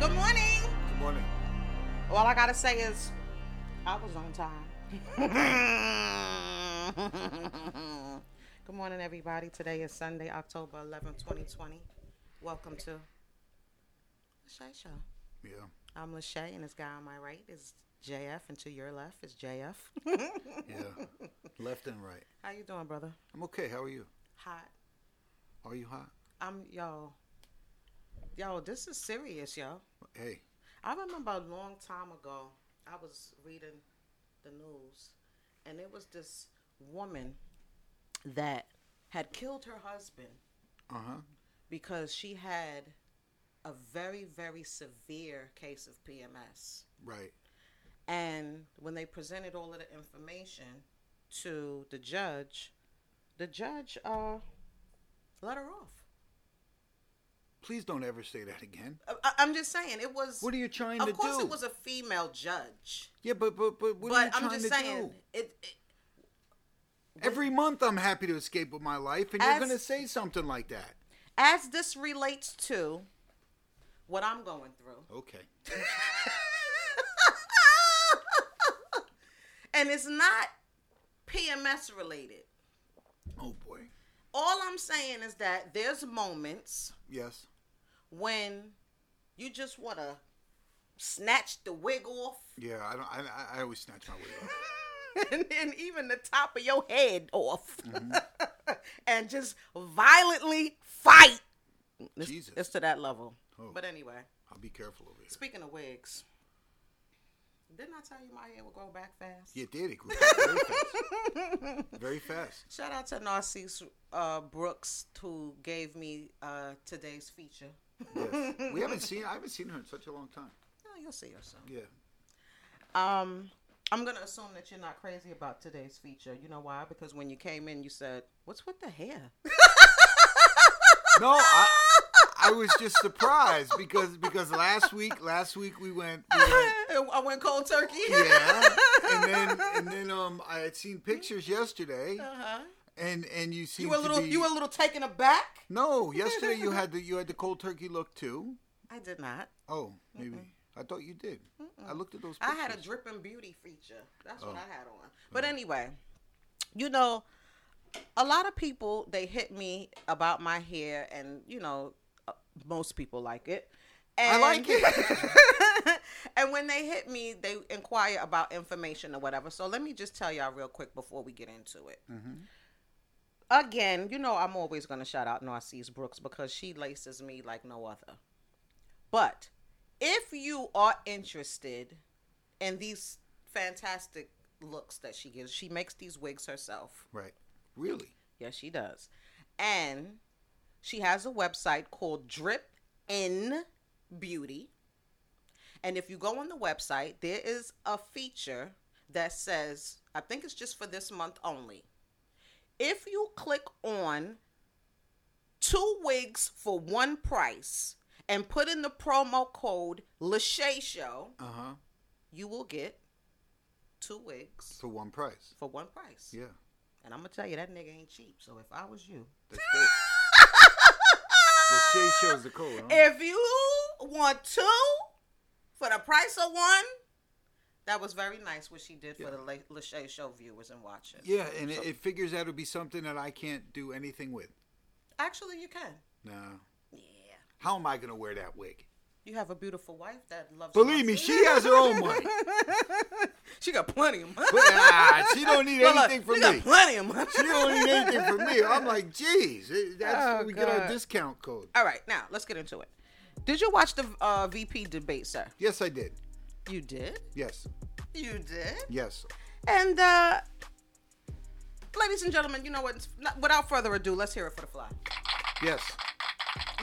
Good morning. Good morning. All I gotta say is, I was on time. Good morning, everybody. Today is Sunday, October 11, 2020. Welcome to Lachey Show. Yeah. I'm Lachey, and this guy on my right is JF, and to your left is JF. Yeah. Left and right. How you doing, brother? I'm okay. How are you? Hot. Are you hot? I'm yo. Yo, this is serious, yo. Hey. I remember a long time ago, I was reading the news, and it was this woman that had killed her husband Uh huh. because she had a very, very severe case of PMS. Right. And when they presented all of the information to the judge, the judge uh, let her off. Please don't ever say that again. I- I- I'm just saying, it was. What are you trying to Of course, do? it was a female judge. yeah, but but but what are you but trying I'm just to saying, do? it, it Every month I'm happy to escape with my life, and you're As- gonna say something like that. as this relates to what I'm going through, Okay. and it's not PMS related. Oh boy. All I'm saying is that there's moments Yes. when you just want to snatch the wig off Yeah. I don't. I, I- I always snatch my wig off. and, and even the top of your head off and just violently fight. It's, Jesus. It's to that level. Oh. But anyway. I'll be careful over here. Speaking of wigs, didn't I tell you my hair would grow back fast? You did it. grew back Very fast. Very fast. Shout out to Narcisse uh, Brooks who gave me uh, today's feature. Yes. We haven't seen. I haven't seen her in such a long time. Oh, you'll see her soon. Yeah. Um, I'm gonna assume that you're not crazy about today's feature. You know why? Because when you came in, you said, "What's with the hair?" No, I, I was just surprised because because last week last week we went, we went I went cold turkey. yeah, and then and then um I had seen pictures yesterday, Uh-huh. and and you seemed You were a to little, be- you were a little taken aback. no yesterday you had the you had the cold turkey look too. I did not. Oh, maybe I thought you did. I looked at those. I Pictures. had a dripping beauty feature. That's Oh. what I had on. But anyway, you know, a lot of people they hit me about my hair, and you know, uh, most people like it. And, I like it. and when they hit me, they inquire about information or whatever. So let me just tell y'all real quick before we get into it. Mm-hmm. Again, you know, I'm always going to shout out Narcisse Brooks because she laces me like no other. But if you are interested in these fantastic looks that she gives, she makes these wigs herself. right, really. Yes, she does. And she has a website called Drip In Beauty. And if you go on the website, there is a feature that says, I think it's just for this month only. If you click on two wigs for one price and put in the promo code Lachey Show, Uh huh. you will get two wigs For one price. for one price. Yeah. And I'm going to tell you, that nigga ain't cheap. So if I was you, That's dope. the shade shows the code. Huh? If you want two for the price of one, that was very nice what she did for the La- Lachey Show viewers and watchers. Yeah, and it, it figures that'll be something that I can't do anything with. Actually, you can. No. Yeah. How am I going to wear that wig? You have a beautiful wife that loves. Believe me, she has her own money. she got plenty of money. But, ah, she don't need Look, look, anything she from got me. plenty of money. She don't need anything from me. I'm like, geez, eh, that's Oh, where we get God. our discount code. All right, now let's get into it. Did you watch the uh, VP debate, sir? Yes, I did. You did. Yes, You did. yes. And uh, Ladies and gentlemen, you know what? Not- Without further ado, let's hear it for the fly. Yes.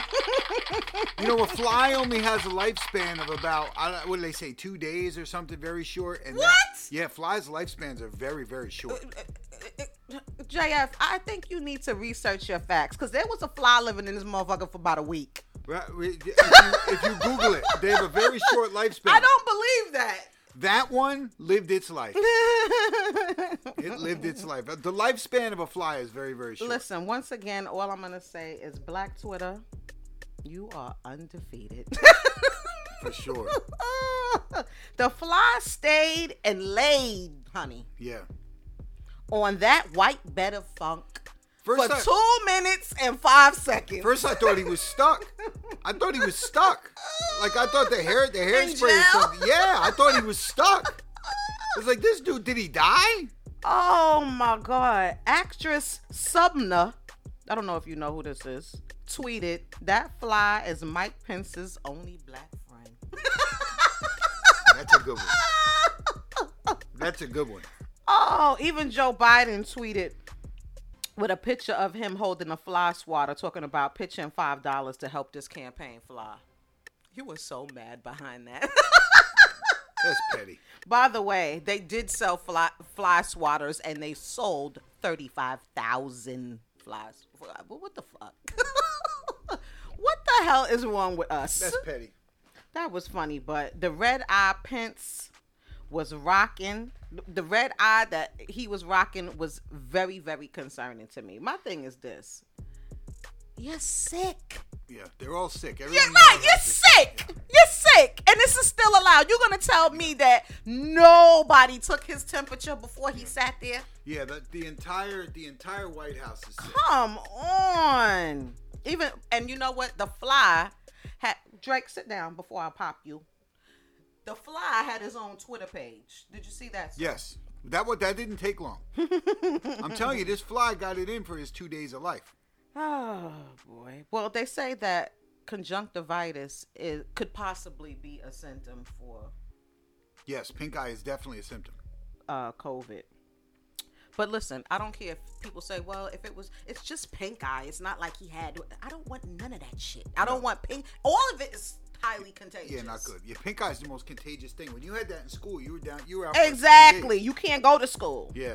you know, a fly only has a lifespan of about I don't, what do they say, two days or something, very short. And that- What? Uh, yeah, flies' lifespans are very, very short. JF, I think you need to research your facts because there was a fly living in this motherfucker for about a week. Right, we- If you, if you Google it, they have a very short lifespan. I don't believe that. That one lived its life. It lived its life. The lifespan of a fly is very, very short. Listen, once again, all I'm gonna say is Black Twitter, you are undefeated. For sure. the fly stayed and laid, honey, Yeah. on that white bed of funk First for I, two minutes and five seconds. first I thought he was stuck. I thought he was stuck. Like I thought the hair the hairspray jail? or something. Yeah, I thought he was stuck. It's like this dude, did he die? Oh my God. Actress Subna, I don't know if you know who this is, tweeted, That fly is Mike Pence's only black friend. That's a good one. That's a good one. Oh, even Joe Biden tweeted with a picture of him holding a fly swatter talking about pitching $5 to help this campaign fly. You were so mad behind that. That's petty. By the way, they did sell fly, fly swatters and they sold 35,000 flies. What what the fuck? what the hell is wrong with us? That's petty. that was funny, but the red eye Pence was rocking. The red eye that he was rocking was very, very concerning to me. My thing is this you're sick. Yeah, they're all sick. Yeah, Everyone right. knows You're that. sick. You're sick. And this is still allowed. You're going to tell me that nobody took his temperature before he sat there? Yeah, the, the entire the entire White House is sick. Come on. Even and you know what? The fly had Drake sit down before I pop you. The fly had his own Twitter page. Did you see that? Yes. That what that didn't take long. I'm telling you, this fly got it in for his two days of life. Oh boy. Well, they say that conjunctivitis is, could possibly be a symptom for Yes, pink eye is definitely a symptom. uh, COVID. But listen, I don't care if people say, "Well, if it was, it's just pink eye. It's not like he had." I don't want none of that shit. I don't want pink. All of it is highly contagious. Yeah, not good. Yeah, pink eye is the most contagious thing. When you had that in school, you were down. You were out. for a few Exactly. days. You can't go to school. Yeah.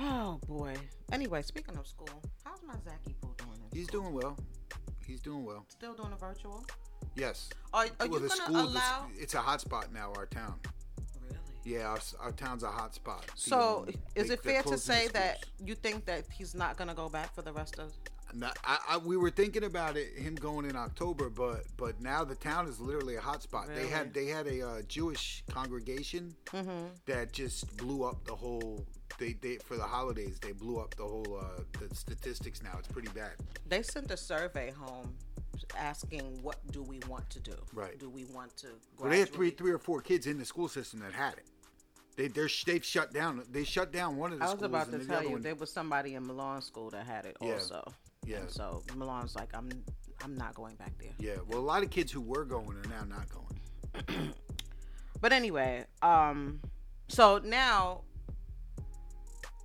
Oh boy. Anyway, speaking of school, how's my Zachy boo doing? in He's school? doing well. He's doing well. still doing a virtual. Yes. Are, are well, you the gonna school, the- allow? it's a hot spot now. Our town. Really? Yeah, our, our town's a hot spot. The, So, um, is they- it they're fair to closing the say that schools. you think that he's not gonna go back for the rest of? Now, I, I, we were thinking about it, him going in October, but but now the town is literally a hot spot. They had they had a uh, Jewish congregation Mm-hmm. that just blew up the whole. They, they for the holidays they blew up the whole uh, the statistics. Now it's pretty bad. They sent a survey home asking what do we want to do? Right. Do we want to graduate? Well, they had three three or four kids in the school system that had it. They they're, sh- they've shut down. They shut down one of the I was schools. about to and the tell other you one, there was somebody in Milan school that had it Yeah. also. Yeah. And so Milan's like I'm I'm not going back there. yeah. Well, a lot of kids who were going are now not going. But anyway, um so now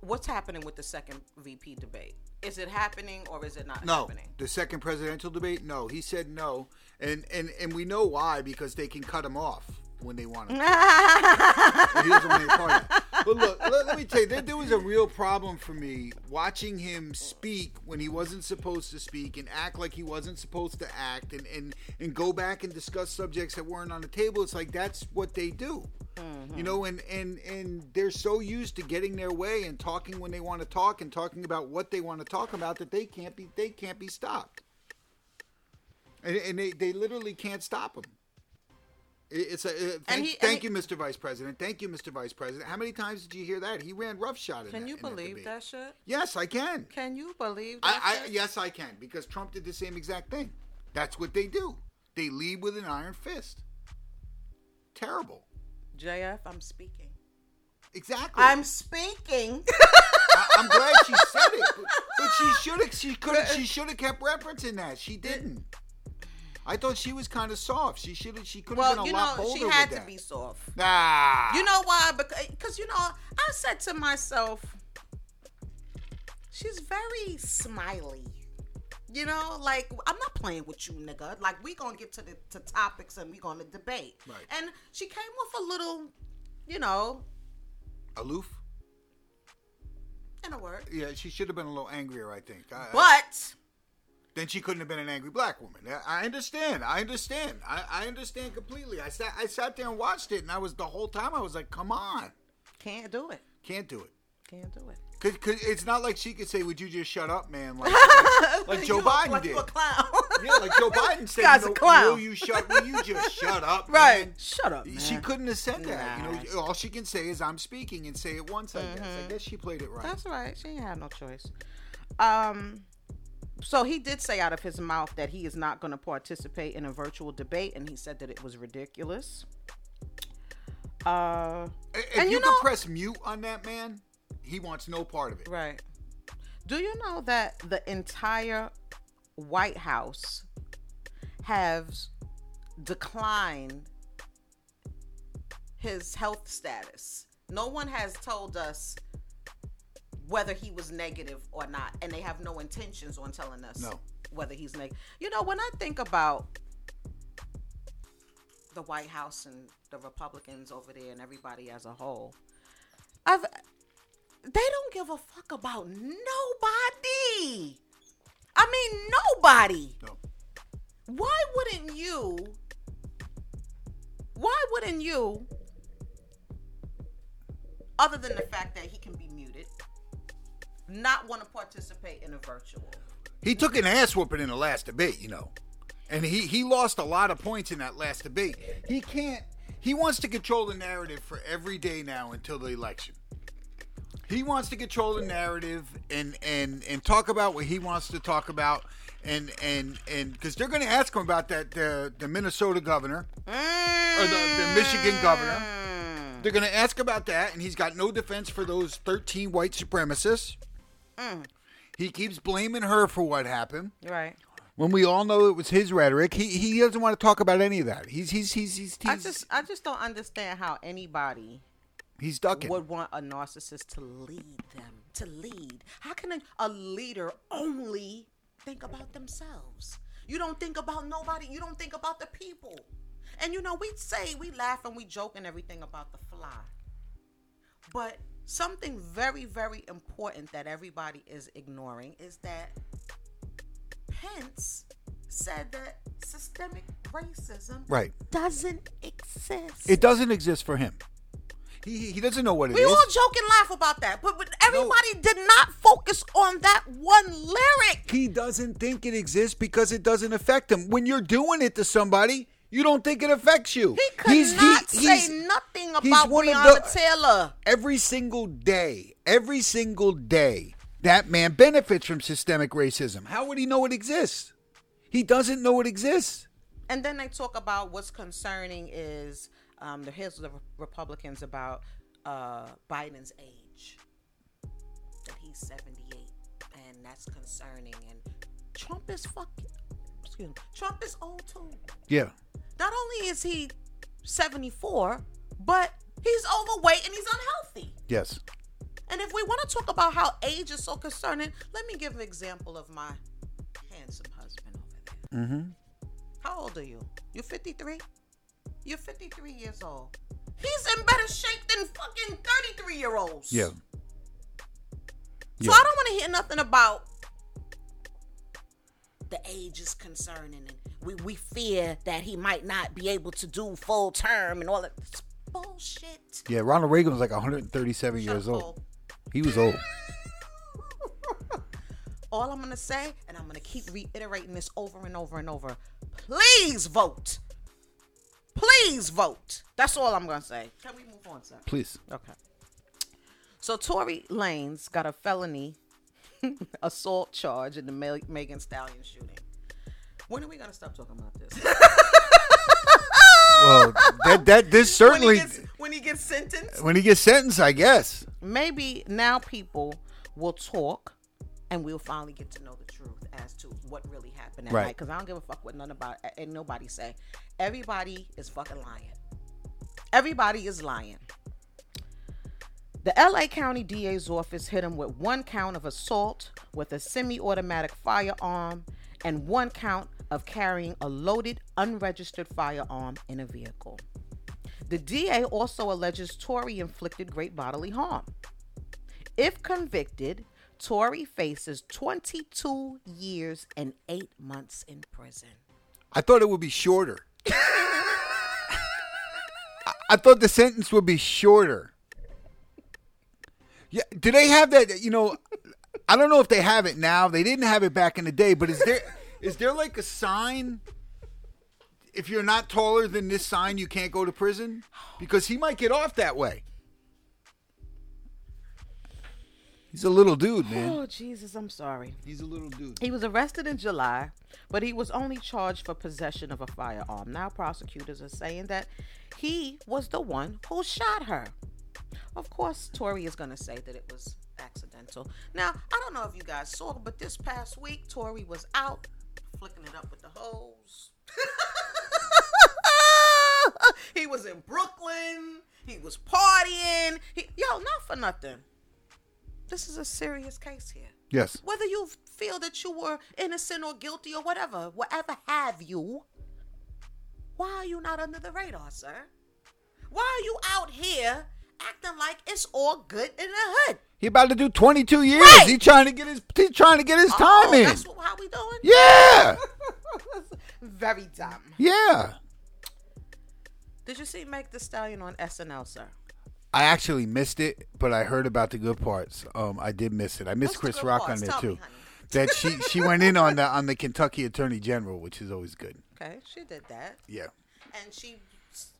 what's happening with the second VP debate? Is it happening or is it not No, happening? the second presidential debate. No, he said no, and and and we know why because they can cut him off when they want to. he doesn't want to be a part of it. But look, let, let me tell you, there, there was a real problem for me watching him speak when he wasn't supposed to speak and act like he wasn't supposed to act and, and, and go back and discuss subjects that weren't on the table. It's like that's what they do. You know, and, and and they're so used to getting their way and talking when they want to talk and talking about what they want to talk about that they can't be they can't be stopped. And, and they, they literally can't stop him. It's a uh, thank, he- and thank he- you, Mr. Vice President. Thank you, Mr. Vice President. How many times did you hear that? He ran roughshod. In Can that- you in that believe debate. that shit? Yes, I can. Can you believe that? I, I shit? yes, I can because Trump did the same exact thing. That's what they do. They lead with an iron fist. Terrible. JF, I'm speaking. Exactly. I'm speaking. I, am glad she said it, but, but she should have. She could. have uh, She should have kept referencing that. She didn't. I thought she was kind of soft. She should have. She could have well, been a you lot know, bolder she had with to that. be soft. Nah. You know why? Because, you know, I said to myself, She's very smiley. You know, like I'm not playing with you, nigga. Like we gonna get to the to topics and we gonna debate. Right. And she came off a little, you know, Aloof? in a word. Yeah, she should have been a little angrier, I think. I, I- But then she couldn't have been an angry black woman. I- I understand. I understand. I, I understand completely. I sat I sat there and watched it, and I was the whole time I was like, "Come on, can't do it. can't do it." Can't do it. Cause, 'cause it's not like she could say, "Would you just shut up, man?" Like, like Joe You look Biden like did. You a clown. Yeah, like Joe Biden said, Guy's a you know, clown. "Will you shut? Will you just shut up?" right. man? Shut up. Man. She couldn't have said that. Nah. Mm-hmm. You know, all she can say is, "I'm speaking," and say it once. I guess. I guess she played it right. That's right. She ain't had no choice. Um, so he did say out of his mouth that he is not going to participate in a virtual debate, and he said that it was ridiculous. Uh, I- If And you, you know- can press mute on that man, he wants no part of it. right. Do you know that the entire White House has declined his health status? No one has told us whether he was negative or not, and they have no intentions on telling us. No. whether he's like you know when i think about the white house and the republicans over there and everybody as a whole i've they don't give a fuck about nobody i mean nobody No. why wouldn't you why wouldn't you other than the fact that he can be muted not want to participate in a virtual He took an ass whooping in the last debate, you know. And he, he lost a lot of points in that last debate. He can't he wants to control the narrative for every day now until the election. He wants to control the narrative and and and talk about what he wants to talk about and and and cuz they're going to ask him about that the the Minnesota governor or the, the Michigan governor. Mm. They're going to ask about that, and he's got no defense for those 13 white supremacists. Mm. He keeps blaming her for what happened Right. when we all know it was his rhetoric. He he doesn't want to talk about any of that. He's he's he's he's he's, I just I just don't understand how anybody he's ducking. would want a narcissist to lead them. To lead. How can a, a leader only think about themselves? You don't think about nobody. You don't think about the people. And you know, we say we laugh and we joke and everything about the fly. But something very, very important that everybody is ignoring is that Pence said that systemic racism Right. doesn't exist. It doesn't exist for him. He he- he doesn't know what it we is. all joke and laugh about that, but, but everybody did not focus on that one lyric. he doesn't think it exists because it doesn't affect him. When you're doing it to somebody, you don't think it affects you. He could not say nothing he's about one of Breonna the- Taylor. every single day, every single day, that man benefits from systemic racism. How would he know it exists? He doesn't know it exists. And then they talk about what's concerning is um, the heads of the Republicans about uh, Biden's age. That he's 78, and that's concerning. And Trump is fucking, excuse me, Trump is old too. Yeah. not only is he 74, but he's overweight and he's unhealthy. Yes. And if we want to talk about how age is so concerning, let me give an example of my handsome husband over there. Mm-hmm. How old are you? You're 53? You're 53 years old. He's in better shape than fucking 33 year olds. Yeah. So I don't want to hear nothing about the age is concerning and we, we fear that he might not be able to do full term and all that. It's bullshit. Yeah, Ronald Reagan was like 137 years old. He was old. All I'm gonna say, and I'm gonna keep reiterating this over and over and over. Please vote. Please vote. That's all I'm gonna say. Can we move on, sir? Please. Okay. So Tory Lane's got a felony assault charge in the Ma- Megan Stallion shooting. When are we gonna stop talking about this? Well, that that this when, he certainly gets, when he gets sentenced, when he gets sentenced, I guess. maybe now people will talk, and we'll finally get to know the truth as to what really happened that Right. night. Because I don't give a fuck what none about and nobody say. Everybody is fucking lying. Everybody is lying. The LA County DA's office hit him with one count of assault with a semi automatic firearm and one count of carrying a loaded, unregistered firearm in a vehicle. The DA also alleges Tory inflicted great bodily harm. If convicted, Tory faces 22 years and eight months in prison. I thought it would be shorter. I- I thought the sentence would be shorter. Yeah, do they have that? You know, I don't know if they have it now. They didn't have it back in the day. But is there is there like a sign? If you're not taller than this sign, you can't go to prison because he might get off that way. He's a little dude, man. Oh, Jesus, I'm sorry. He's a little dude. He was arrested in July, but he was only charged for possession of a firearm. Now, prosecutors are saying that he was the one who shot her. Of course, Tori is going to say that it was accidental. Now, I don't know if you guys saw, but this past week, Tori was out flicking it up with the hoes. he was in Brooklyn. He was partying. He, yo, not for nothing. This is a serious case here Yes. whether you feel that you were innocent or guilty or whatever, whatever have you, why are you not under the radar, sir? Why are you out here acting like it's all good in the hood? He about to do 22 years. Right. He trying to get his he trying to get his Oh, time in. That's what, how we doing? yeah. Very dumb. Yeah. Did you see Meg the Stallion on SNL, sir? I actually missed it, but I heard about the good parts. Um, I did miss it. I missed What's the Chris good Rock parts? on there Tell me, too. honey. That she she went in on the on the Kentucky Attorney General, which is always good. Okay, she did that. Yeah. And she s-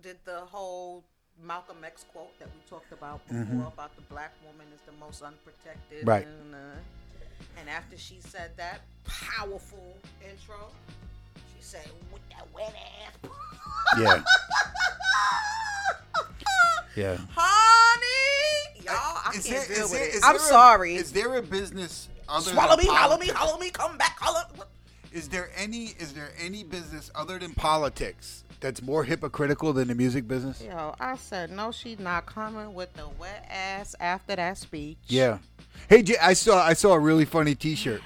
did the whole Malcolm X quote that we talked about before about the black woman is the most unprotected. Right. And, uh, and after she said that powerful intro, she said, with that wet ass. Yeah. Yeah. Honey, y'all, Oh, I can't deal with it. I'm sorry. Is there a business? Other Swallow than me, hollow me, politics? hollow me, come back, hollow. Is there any is there any business other than politics that's more hypocritical than the music business? Yo, I said no. She's not coming with the wet ass after that speech. Yeah. Hey, J- I saw I saw a really funny T-shirt.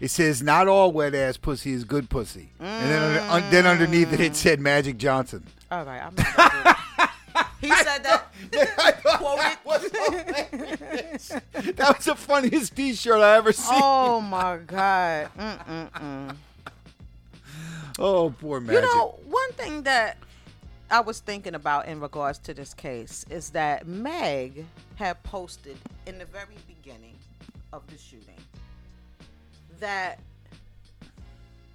It says, "Not all wet ass pussy is good pussy," and then under, un, then underneath it, it said Magic Johnson. All right, I'm not. Gonna do it. he said that. that, was hilarious. That was the funniest T-shirt I ever seen. Oh, Oh my god. Mm-mm-mm. Oh, poor Magic. You know, one thing that I was thinking about in regards to this case is that Meg had posted in the very beginning of the shooting that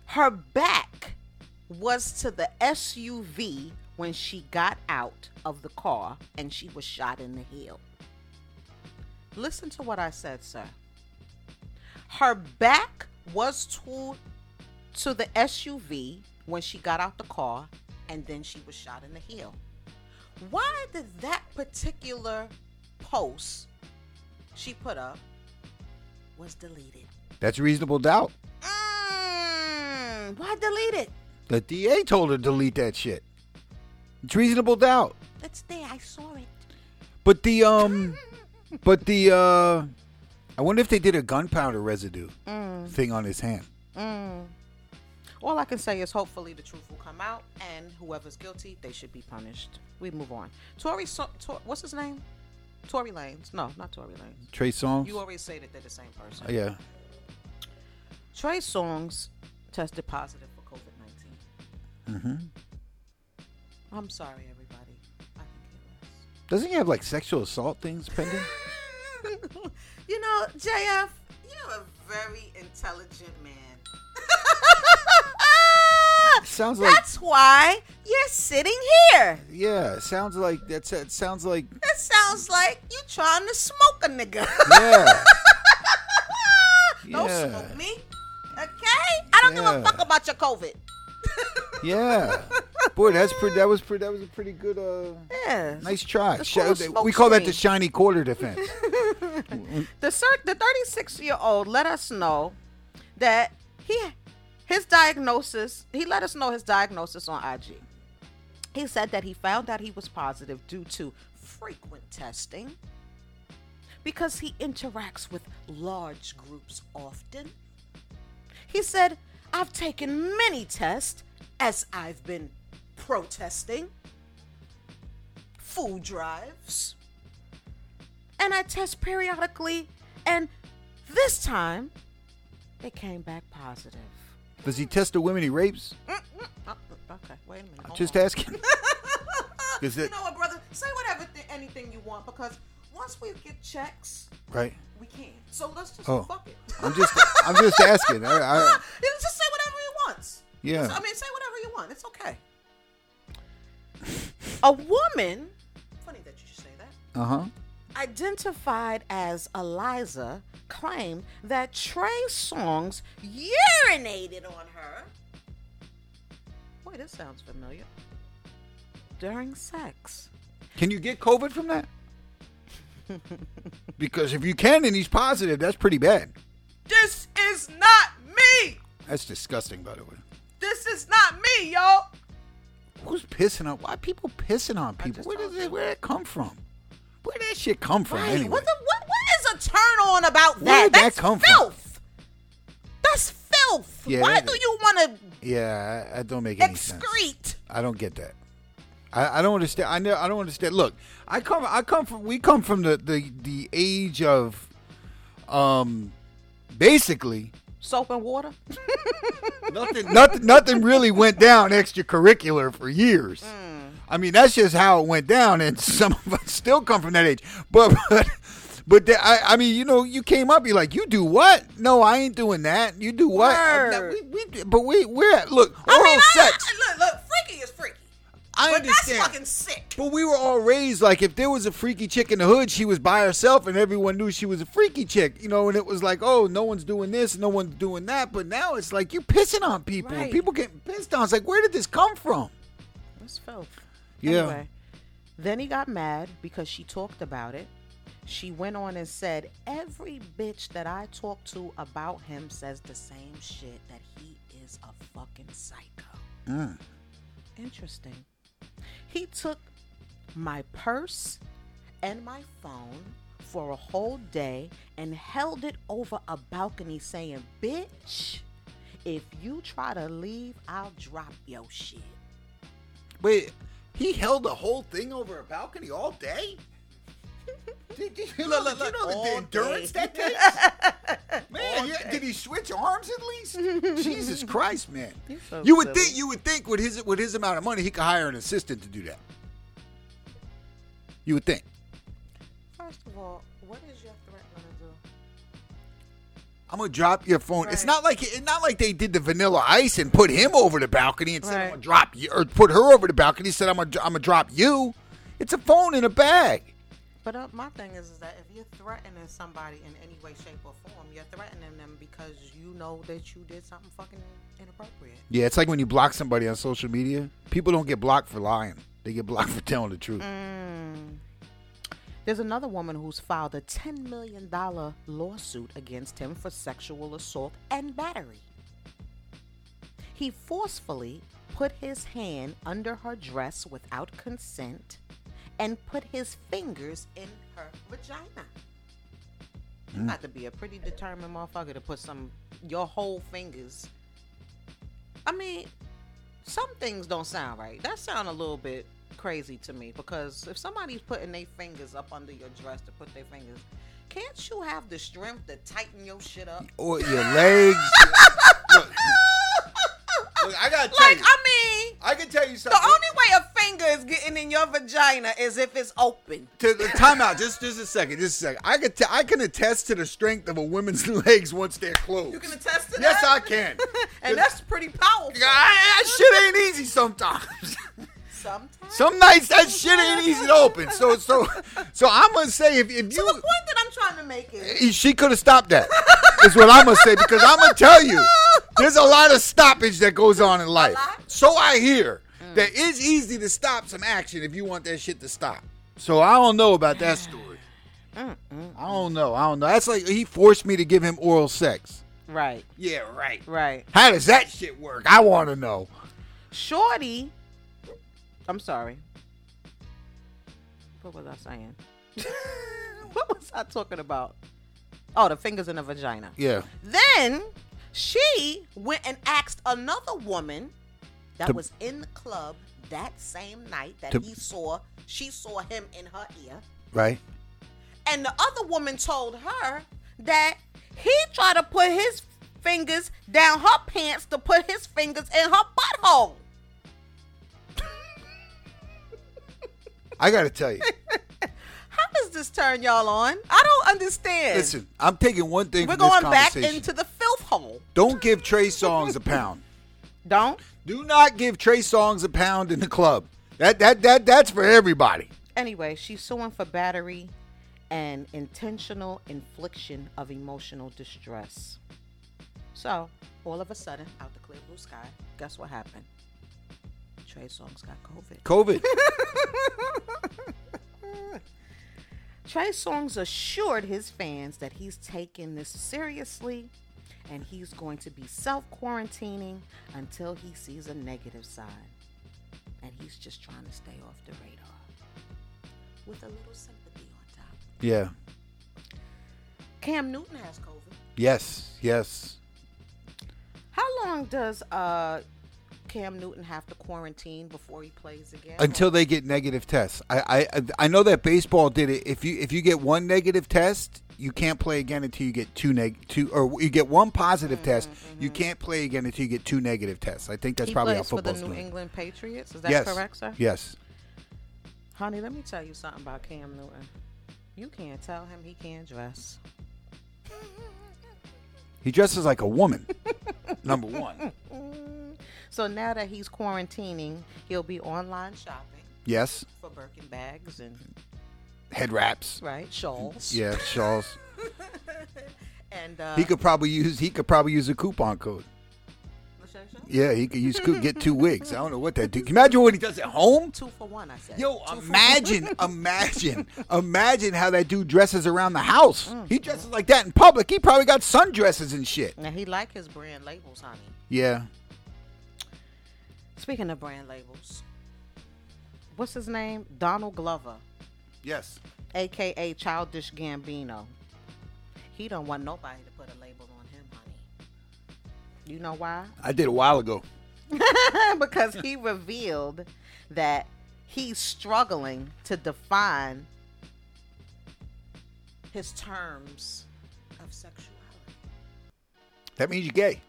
her back was to the SUV when she got out of the car and she was shot in the heel. Listen to what I said, sir. Her back was to to the SUV when she got out the car and then she was shot in the heel. Why did that particular post she put up was deleted? That's reasonable doubt. Mm, why delete it? The DA told her to delete that shit. It's reasonable doubt. It's there. I saw it. But the um, but the uh, I wonder if they did a gunpowder residue Mm. thing on his hand. All I can say is hopefully the truth will come out and whoever's guilty, they should be punished. We move on. Tory, so- Tor- what's his name? Tory Lanes. No, not Tory Lanes. Trey Songz. You always say that they're the same person. yeah. Trey Songs tested positive for COVID 19. I'm sorry, everybody. I can Doesn't he have like sexual assault things pending? care less. you know, JF, you're a very intelligent man. sounds like That's why you're sitting here. yeah. it Sounds like that's it. Sounds like That sounds like you trying to smoke a nigga. yeah. Don't Yeah. smoke me. Okay? I don't give Yeah. a fuck about your COVID. yeah. Boy, that's pretty. That was pretty. That was a pretty good. uh Yeah. Nice try. Of Sh- course, smoke we call that the screen. shiny quarter defense. The cert, the 36 year old let us know that he his diagnosis. He let us know his diagnosis on IG. He said that he found out he was positive due to f- frequent testing because he interacts with large groups often. He said, I've taken many tests as I've been protesting, food drives, and I test periodically, and this time they came back positive. Does he test the women he rapes? Oh, okay, wait a minute. hold Just on. asking. Is Oh. you it know what, brother? Say whatever, th- anything you want, because once we get checks, right? we can. So let's just Oh. fuck it. I'm just, I'm just asking. I, I, You just say whatever he wants. Yeah. So, I mean, say whatever you want. It's okay. A woman, funny that you should say that, uh huh. identified as Eliza, claimed that Trey Songs urinated on her. Boy, this sounds familiar. During sex. Can you get COVID from that? because if you can and he's positive, that's pretty bad. This is not me! That's disgusting, by the way. This is not me, yo! Who's pissing on? Why people pissing on people? just Where does told it? Where did it come from? Where did that shit come from? Right. Anyway, What, the, what, what is a turn on about that? Where did that That's come from? filth. That's filth. Yeah, Why that- do you want yeah, I, I don't make to any sense. excrete? I don't get that. I, I don't understand. I know. I don't understand. Look, I come. I come from. We come from the the the age of, um, basically Soap and water? nothing. nothing. Nothing really went down extracurricular for years. Mm. I mean, that's just how it went down, and some of us still come from that age. But but but the, I I mean, you know, you came up. You're like, you do what? No, I ain't doing that. You do what? Word. Uh, we- we- but we we're at, look oral I mean, I- sex. I- look, look, freaky is freaky. I, but understand. that's fucking sick. But we were all raised like if there was a freaky chick in the hood, she was by herself, and everyone knew she was a freaky chick, you know. And it was like, oh, no one's doing this, no one's doing that. But now it's like you're pissing on people. Right. People getting pissed on. It's like, where did this come from? That's filth. Yeah. Anyway, then he got mad because she talked about it. She went on and said, Every bitch that I talk to about him says the same shit that he is a fucking psycho. Interesting. He took my purse and my phone for a whole day and held it over a balcony saying, Bitch, if you try to leave, I'll drop your shit. Wait, he held the whole thing over a balcony all day. Did, did you, Look, look, did you look, know the, all endurance day. that takes? man, yeah, did he switch arms at least? Jesus Christ, man! You're so you would silly. think you would think with his with his amount of money, he could hire an assistant to do that. You would think. First of all, what is your threat gonna do? I'm gonna drop your phone. It's Right. not like it's not like they did the Vanilla Ice and put him over the balcony and said I'm Right. gonna drop you, or put her over the balcony and said I'm gonna I'm gonna drop you. It's a phone in a bag. But uh, my thing is, is that if you're threatening somebody in any way, shape, or form, you're threatening them because you know that you did something fucking inappropriate. Yeah, it's like when you block somebody on social media. People don't get blocked for lying; they get blocked for telling the truth. Mm. There's another woman who's filed a $10 million lawsuit against him for sexual assault and battery. He forcefully put his hand under her dress without consent and put his fingers in her vagina. You got to be a pretty determined motherfucker to put some your whole fingers. I mean, some things don't sound right. That sound a little bit crazy to me because if somebody's putting their fingers up under your dress to put their fingers, can't you have the strength to tighten your shit up? Or your legs. look, look, I gotta tell Like, you, I mean, I can tell you the something. only way a finger is getting in your vagina is if it's open. to the timeout, just just a second, just a second. I could t- I can attest to the strength of a woman's legs once they're closed. You can attest to Yes, that? I can. And that's pretty powerful. I- that shit ain't easy sometimes. Sometimes. Some nights that shit ain't easy to open. So so so I'm gonna say if, if So the you point that I'm trying to make is she could have stopped that is what I'm gonna say because I'm gonna tell you there's a lot of stoppage that goes on in life. lot? Mm. So I hear that it's easy to stop some action if you want that shit to stop. So I don't know about Mm. that story. I don't know. I don't know. That's like he forced me to give him oral sex. right, Yeah, right. right. How does that shit work? I want to know. Shorty, I'm sorry. What was I saying? what was I talking about? Oh, the fingers in the vagina. Yeah. Then she went and asked another woman that To- was in the club that same night that To- he saw. She saw him in her ear. Right. And the other woman told her that he tried to put his fingers down her pants to put his fingers in her butthole. I got to tell you. How does this turn y'all on? I don't understand. Listen, I'm taking one thing We're from this going back conversation. into the filth hole. Don't give Trey Songs a pound. Don't. Do not give Trey Songs a pound in the club. That that that that's for everybody. Anyway, she's suing for battery and intentional infliction of emotional distress. So, all of a sudden, out the clear blue sky, guess what happened? Trey Songz got COVID. COVID. Trey Songz assured his fans that he's taking this seriously and he's going to be self quarantining until he sees a negative sign. And he's just trying to stay off the radar with a little sympathy on top. yeah. Cam Newton has COVID. Yes. Yes. How long does uh, Cam Newton have to quarantine before he plays again? Until they get negative tests. I, I I know that baseball did it. If you if you get one negative test, you can't play again until you get two neg two or you get one positive test. You can't play again until you get two negative tests. I think that's he probably how plays for the football's New doing. England Patriots. Is that yes. correct, sir? Yes. Honey, let me tell you something about Cam Newton. You can't tell him he can't dress. He dresses like a woman. Number one. Mm. So now that he's quarantining, he'll be online shopping Yes. for Birkin bags and Head wraps. right shawls. Yeah. Shawls. And uh, He could probably use he could probably use a coupon code. Yeah, he could use could get two wigs. I don't know what that dude. Imagine what he does at home. two for one. I said. Yo, imagine, imagine, imagine how that dude dresses around the house. He dresses like that in public. He probably got sundresses and shit. Now he like his brand labels, honey. Yeah. Speaking of brand labels, what's his name? Donald Glover, Yes. aka Childish Gambino. He don't want nobody to put a label on him, honey. You know why? I did a while ago. because he revealed that he's struggling to define his terms of sexuality. That means you're gay.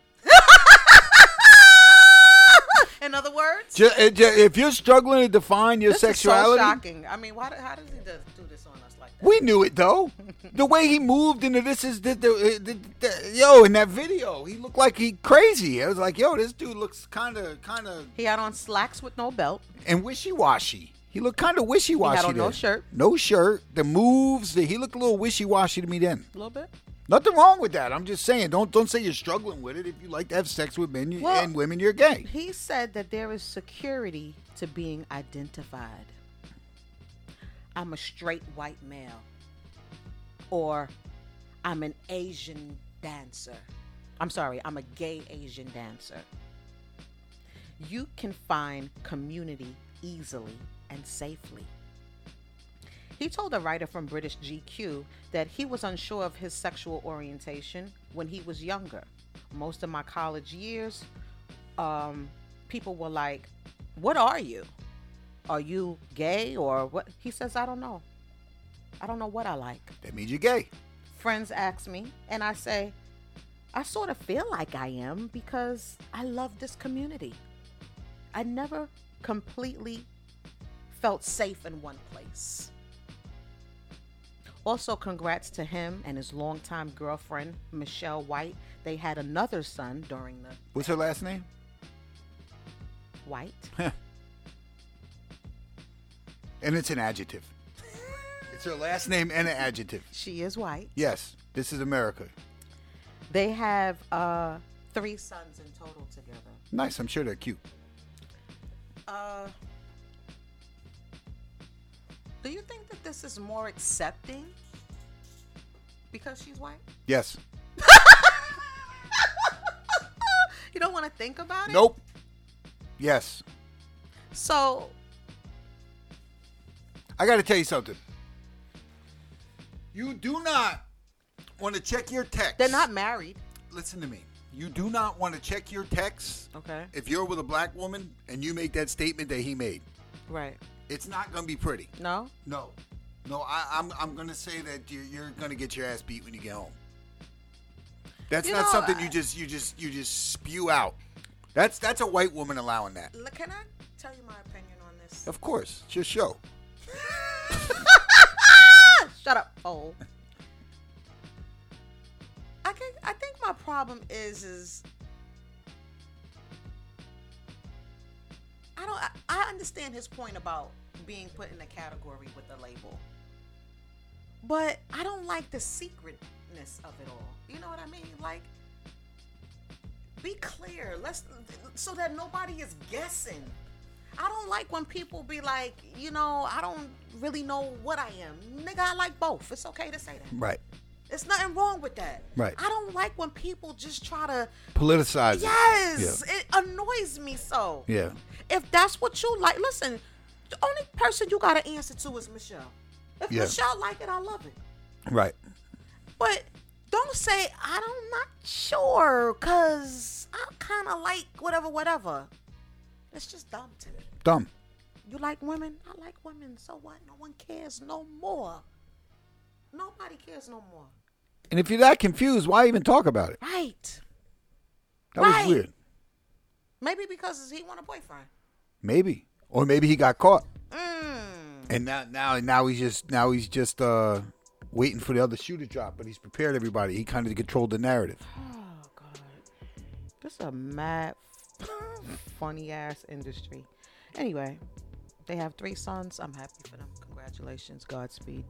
In other words, Ju- it ju- If you're struggling to define your this is so sexuality, shocking. I mean, why? do- How does he do do this on us like that? we knew it though. The way he moved into this is the, the, the, the- yo in that video, he looked like he crazy. I was like, yo, this dude looks kind of kind of He had on slacks with no belt. and wishy washy. He looked kind of wishy washy. on no shirt. No shirt. The moves. The, he looked a little wishy washy to me then. A little bit. Nothing wrong with that. I'm just saying. Don't don't say you're struggling with it. If you like to have sex with men you, Well- and women, you're gay. He said that there is security to being identified. I'm a straight white male. Or I'm an Asian dancer. I'm sorry, I'm a gay Asian dancer. You can find community easily and safely. He told a writer from British GQ that he was unsure of his sexual orientation when he was younger. Most of my college years, um, people were like, What are you? Are you gay or what? He says, I don't know. I don't know what I like. That means you're gay. Friends ask me, and I say, I sort of feel like I am because I love this community. I never completely felt safe in one place. Also, congrats to him and his longtime girlfriend, Michelle White. They had another son during the What's her last name? White. And it's an adjective. It's her last name and an adjective. She is white. Yes, this is America. They have uh, three sons in total together. Nice. I'm sure they're cute. Uh, do you think that this is more accepting because she's white? Yes. You don't want to think about it? Nope. Yes. So, I got to tell you something. You do not want to check your text. They're not married. Listen to me. You do not want to check your texts Okay. if you're with a black woman and you make that statement that he made. Right. It's not going to be pretty. No. No, no. I, I'm I'm gonna say that you're, you're gonna get your ass beat when you get home. That's You not know, something I- you just you just you just spew out. That's that's a white woman allowing that. Look, Can I tell you my opinion on this? Of course, it's your show. Shut up. Oh. I think I think my problem is is I don't I, I understand his point about being put in a category with a label. But I don't like the secretness of it all. You know what I mean? Like be clear. Let's so that nobody is guessing. I don't like when people be like, you know, I don't really know what I am. Nigga, I like both. It's okay to say that. Right, There's nothing wrong with that. Right. I don't like when people just try to. politicize. it. Yes, it annoys me so. Yeah. yeah. If that's what you like, listen. The only person you got to answer to is Michelle. If Yeah. Michelle like it, I love it. Right. But don't say I don't not sure, cause I kind of like whatever, whatever. It's just dumb to me. Dumb. You like women? I like women. So what? No one cares no more. Nobody cares no more. And if you're that confused, why even talk about it? Right. That Right. was weird. Maybe because he want a boyfriend. Maybe, or maybe he got caught, Mm. and now now now he's just now he's just uh waiting for the other shoe to drop. But he's prepared everybody. He kind of controlled the narrative. Oh God. This is a mad funny ass industry. Anyway, they have three sons. I'm happy for them. Congratulations. Godspeed.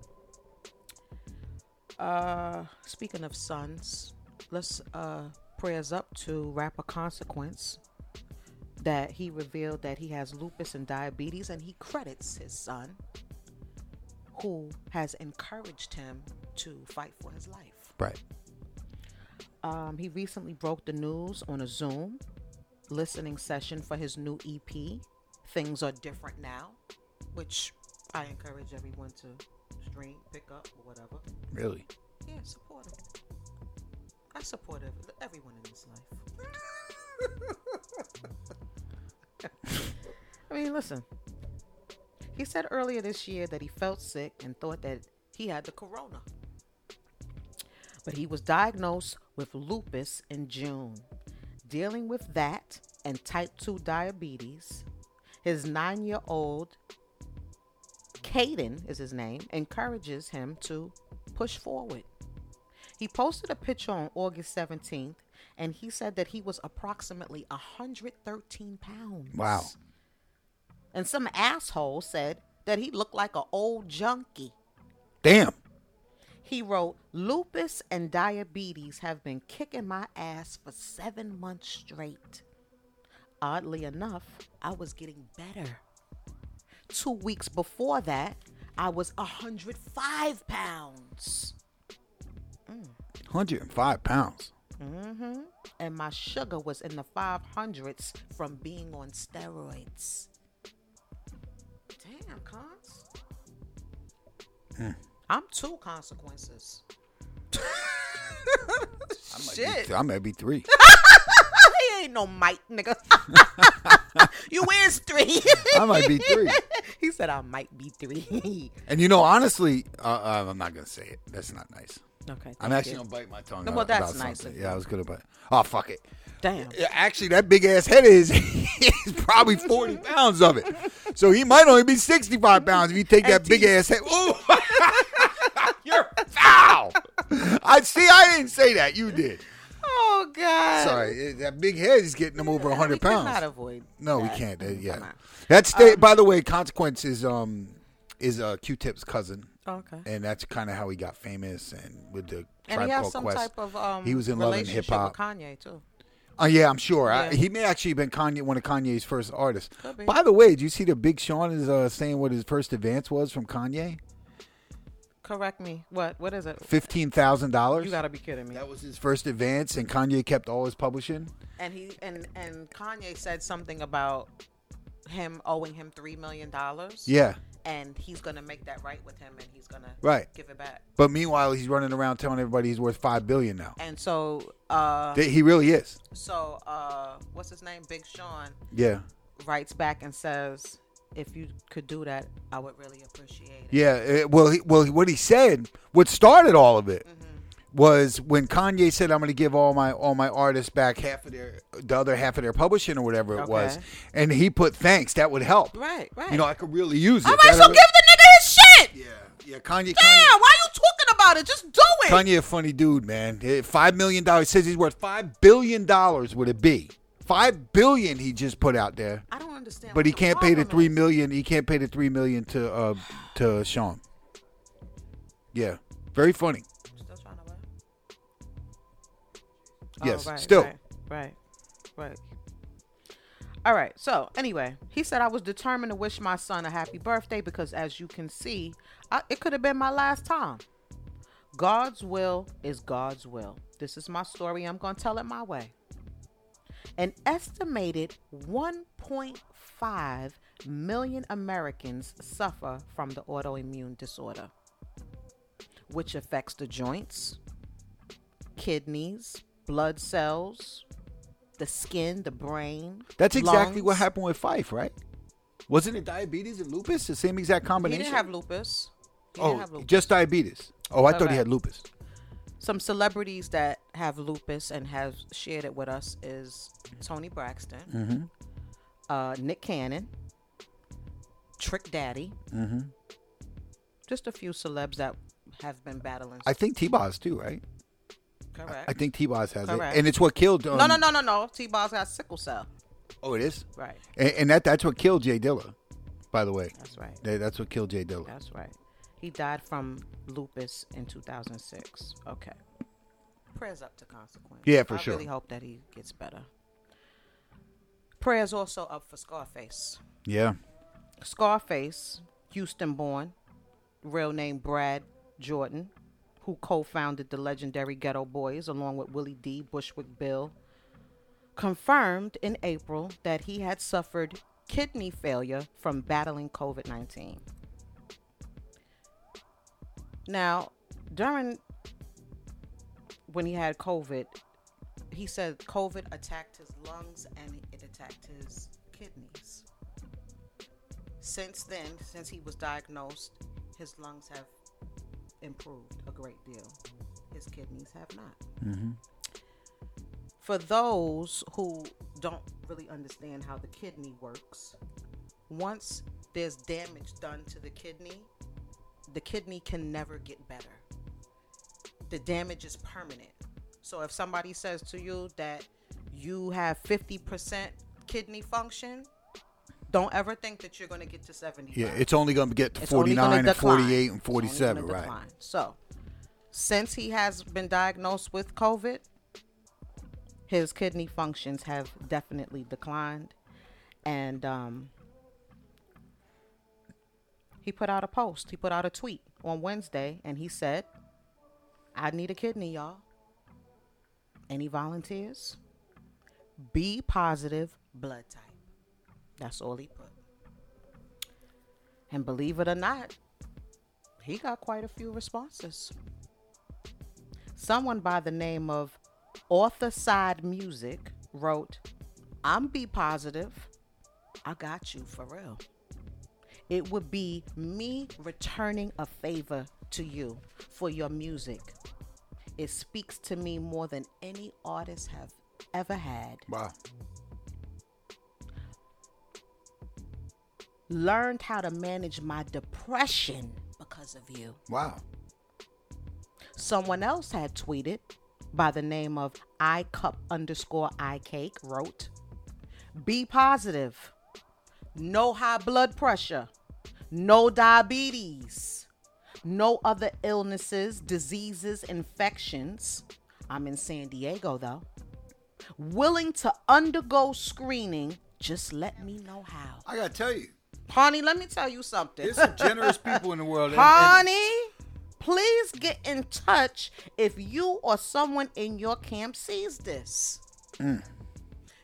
Uh speaking of sons, let's uh prayers up to rapper Consequence that he revealed that he has lupus and diabetes and he credits his son who has encouraged him to fight for his life. Right. Um, he recently broke the news on a Zoom listening session for his new EP, Things Are Different Now, which I encourage everyone to stream, pick up, or whatever. Really. Yeah, support him. I support ev- everyone in this life. I mean, listen. He said earlier this year that he felt sick and thought that he had the corona. But he was diagnosed with lupus in June. Dealing with that and type 2 diabetes, his nine year old, Caden is his name, encourages him to push forward. He posted a picture on August 17th and he said that he was approximately 113 pounds. Wow. And some asshole said that he looked like an old junkie. Damn. He wrote, Lupus and diabetes have been kicking my ass for seven months straight. Oddly enough, I was getting better. Two weeks before that, I was 105 pounds. 105 pounds. hmm And my sugar was in the 500s from being on steroids. Damn, cons. I'm two consequences. I might, Shit. Be, I might be three. he ain't no Mike, nigga. you is three. I might be three. he said I might be three. And you know, honestly, uh, uh, I'm not going to say it. That's not nice. okay. I'm actually going to bite my tongue. No, well, out- that's about nice something. of Yeah, I was going to bite. Oh, fuck it. Damn. Yeah, Actually, that big ass head is is probably 40 pounds of it. So he might only be 65 pounds if you take that big ass head. Ooh. You're foul. I see. I didn't say that. You did. Oh God. Sorry. eh, That big head is getting him over 100 We cannot pounds. avoid. No, we that. can't. Uh, Come yeah, on. Um, that's the, by the way. Consequence is um is uh, Q-Tip's cousin, Okay. and that's kind of how he got famous and with the Oh, And he Tribe has Called some Quest. type of um. he was in love and hip relationship with hop. Kanye too. Oh yeah, I'm sure. I, Yeah. he may actually have been Kanye one of Kanye's first artists. Could be. By the way, did you see the Big Sean is uh, saying what his first advance was from Kanye? Correct me. What? What is it? Fifteen thousand dollars. You gotta be kidding me. That was his first advance, and Kanye kept all his publishing. And he and and Kanye said something about him owing him three million dollars. Yeah, and he's gonna make that right with him, and he's gonna Right. give it back. But meanwhile, he's running around telling everybody he's worth five billion now. And so, uh, Th- He really is. so uh, what's his name? Big Sean Yeah. writes back and says, "If you could do that, I would really appreciate it." Yeah, eh, well, he, well, what he said, what started all of it, Mm-hmm. was when Kanye said, "I'm going to give all my all my artists back half of their the other half of their publishing or whatever it was," Okay. and he put, "Thanks, that would help." Right, right. You know, I could really use it. All right, That so would- give the nigga his shit. Yeah, yeah, Kanye. Damn, why you talking about it? Just do it. Kanye, Kanye, a funny dude, man. Eh, Five million dollars says he's worth five billion dollars. Would it be five billion? He just put out there, I don't understand. but what he can't pay the problem three is. million. He can't pay the three million to uh to Sean. Yeah, very funny. Still trying to what? Yes, right, still. Right, right, right. All right. So anyway, he said I was determined to wish my son a happy birthday because, as you can see, I, it could have been my last time. God's will is God's will. This is my story. I'm going to tell it my way. An estimated 1.5 million Americans suffer from the autoimmune disorder, which affects the joints, kidneys, blood cells, the skin, the brain. That's exactly what lungs. happened with Fife, right? Wasn't it diabetes and lupus? The same exact He combination. didn't have lupus. He oh, didn't have lupus. just diabetes. Oh, I thought he Correct. had lupus. some celebrities that have lupus and have shared it with us is Tony Braxton, Mm-hmm. uh, Nick Cannon, Trick Daddy, Mm-hmm. just a few celebs that have been battling. I think T-Boz too, right? correct. I think T-Boz has Correct. it, and it's what killed. Um, no, no, no, no, no. T. Bob's got sickle cell. Oh, it is, Right. and, and that that's what killed Jay Dilla. By the way, That's right. That- that's what killed Jay Dilla. That's right. He died from lupus in 2006. Okay. Prayers up to consequence. Yeah, for I sure. really hope that he gets better. Prayers also up for Scarface. Yeah, Scarface, Houston born, real name Brad Jordan, who co founded the legendary Ghetto Boys along with Willie D, Bushwick Bill, confirmed in April that he had suffered kidney failure from battling COVID 19. Now, during when he had COVID, he said COVID attacked his lungs and it attacked his kidneys since then, since he was diagnosed, his lungs have improved a great deal. His kidneys have not. For those who don't really understand how the kidney works, once there's damage done to the kidney, the kidney can never get better. The damage is permanent. So if somebody says to you that you have 50% kidney function, don't ever think that you're going to get to 70. yeah. It's only going to get to It's only gonna 49 and decline. 48 and It's only gonna 47, right? decline. So, since he has been diagnosed with COVID, his kidney functions have definitely declined, and um, he put out a post. He put out a tweet on Wednesday, and he said, "I need a kidney, y'all. Any volunteers? B positive blood type. That's all he put." And believe it or not, he got quite a few responses. Someone by the name of Author Side Music wrote, I'm be positive. I got you for real. It would be me returning a favor to you for your music. It speaks to me more than any artist have ever had. Wow. Learned how to manage my depression because of you. Wow. someone else had tweeted by the name of I cup underscore I cake wrote, Be positive, no high blood pressure, no diabetes, no other illnesses, diseases, infections. I'm in San Diego though. Willing to undergo screening, just let me know how. I got to tell you, Honey, let me tell you something. there's some generous people in the world. and- and- Honey, please get in touch if you or someone in your camp sees this. Mm.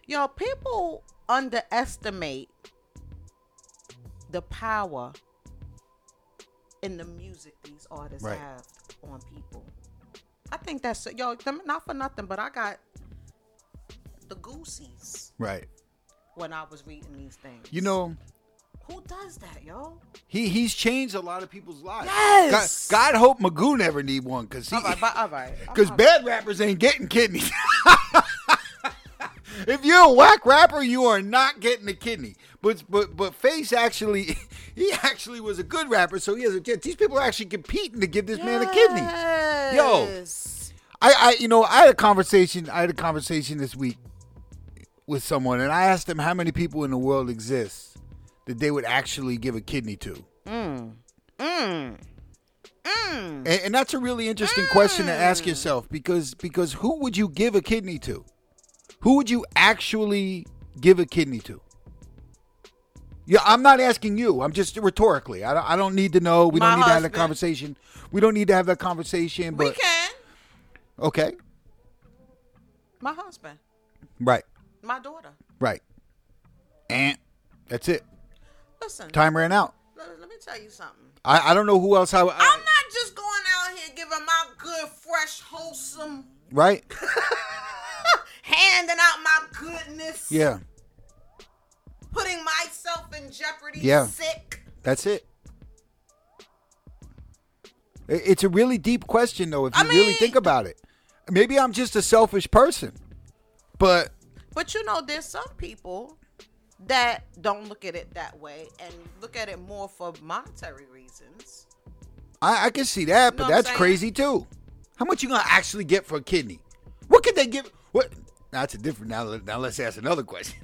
Yo, people underestimate the power in the music these artists Right. have on people. I think that's yo. them- Not for nothing, but I got the goosies Right. when I was reading these things. You know, who does that, yo? he he's changed a lot of people's lives. Yes! God, God hope Magoo never need one because he All right, but- all right, because all right. bad rappers ain't getting kidneys. if you're a whack rapper, you are not getting a kidney. But but but Face actually, he actually was a good rapper, so he has a chance. These people are actually competing to give this man a kidney. Yes. I, I you know I had a conversation I had a conversation this week with someone and I asked them how many people in the world exist that they would actually give a kidney to. Mm. And, and that's a really interesting question to Mm. ask yourself because because who would you give a kidney to? Who would you actually give a kidney to? Yeah, I'm not asking you. I'm just rhetorically. I don't, I don't need to know. We My don't need to have husband. that conversation. We don't need to have that conversation. We But can. okay, My husband, right. my daughter. Right. And that's it. Listen, Time ran out. let, let me tell you something. I, I don't know who else I, I- I'm not just going out here giving my good, fresh, wholesome, right. handing out my goodness. Yeah, Putting myself in jeopardy. Yeah. Sick. that's it. I- It's a really deep question, though, if you I really mean- think about it. Maybe I'm just a selfish person, but But you know, there's some people that don't look at it that way and look at it more for monetary reasons. I, I can see that. Know But what I'm that's saying? crazy too. How much you gonna actually get for a kidney? What could they give? What? Now, That's a different. Now, let- now let's ask another question.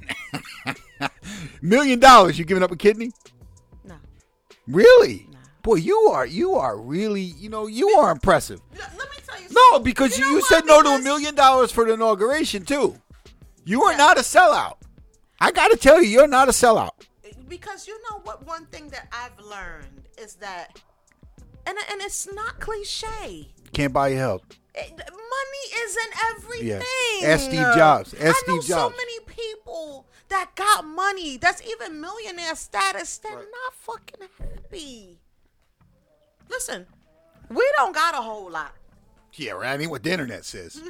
Million dollars, you giving up a kidney? No. Really? Boy, you are you are really you know you are impressive. Let me tell you. No, something. because you, know you why? said no to a Because- million dollars for the inauguration too. You are Yeah. not a sellout. I gotta tell you, you're not a sellout. because you know what one thing that i've learned is that and, and it's not cliche Can't buy your help. It- money isn't everything Ask Steve Jobs. Ask I know Steve so Jobs. many people that got money that's even millionaire status they're Right. not fucking happy listen we don't got a whole lot Yeah, right. I mean, what the internet says.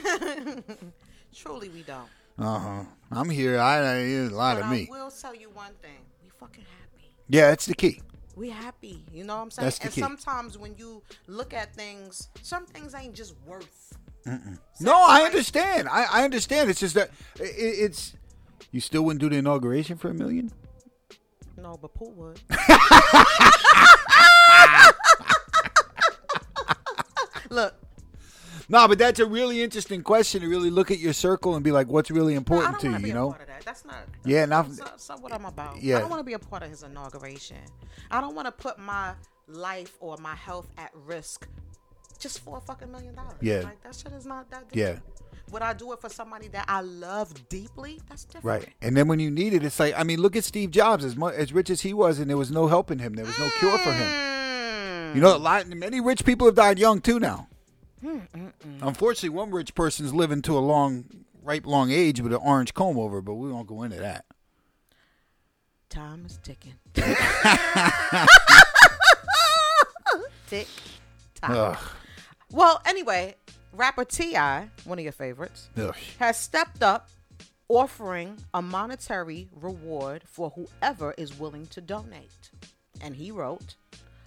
truly we don't Uh huh. I'm here. I, I you lie but to me. i will tell you one thing we fucking happy Yeah, that's the key. we happy. You know what I'm saying? That's the and key. sometimes when you look at things, some things ain't just worth. No, I understand. I, I understand. It's just that i i- it's. You still wouldn't do the inauguration for a million? No, but Pooh would. look, No, but that's a really interesting question to really look at your circle and be like, what's really I important don't want to to you, be you a know? part of that. That's not. Yeah, and I've- that's not, that's not what I'm about. Yeah. I don't want to be a part of his inauguration. I don't want to put my life or my health at risk just for a fucking million dollars. Yeah. like that shit is not that. Deep. Yeah. Would I do it for somebody that I love deeply? That's different. Right. And then when you need it, it's like, I mean, look at Steve Jobs, as much, as rich as he was, and there was no helping him. There was no cure for him. You know, a lot, many rich people have died young too now. Unfortunately, one rich person's living to a long, ripe, long age with an orange comb over, but we won't go into that. Time is ticking. Tick tock. Ugh. Well, anyway, rapper T.I., one of your favorites, Ugh. has stepped up offering a monetary reward for whoever is willing to donate. And he wrote,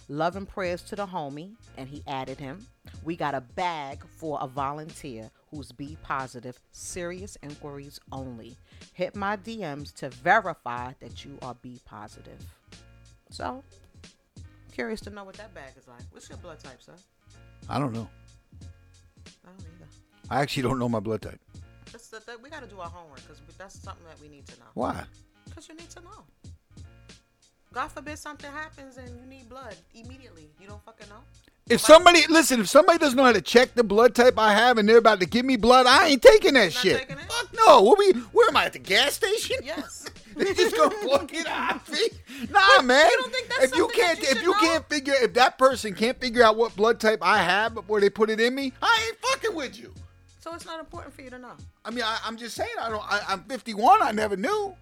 Love and prayers to the homie. And he added him, We got a bag for a volunteer who's B positive, serious inquiries only. Hit my DMs to verify that you are B positive. So, curious to know what that bag is like. What's your blood type, sir? I don't know. I don't either. I actually don't know my blood type. That's the, that, we got to do our homework because that's something that we need to know. Why? Because you need to know. God forbid something happens and you need blood immediately. You don't fucking know. If somebody listen, if somebody doesn't know how to check the blood type I have and they're about to give me blood, I ain't taking that Not shit. taking it? Fuck no. What we where am I at the gas station? Yes. they just gonna fuck it out. me? Nah, man. you don't think that's if you something can't that you if should you know? can't figure if that person can't figure out what blood type I have before they put it in me, I ain't fucking with you. So it's not important for you to know. I mean, I, I'm just saying I don't I, I'm 51, I never knew.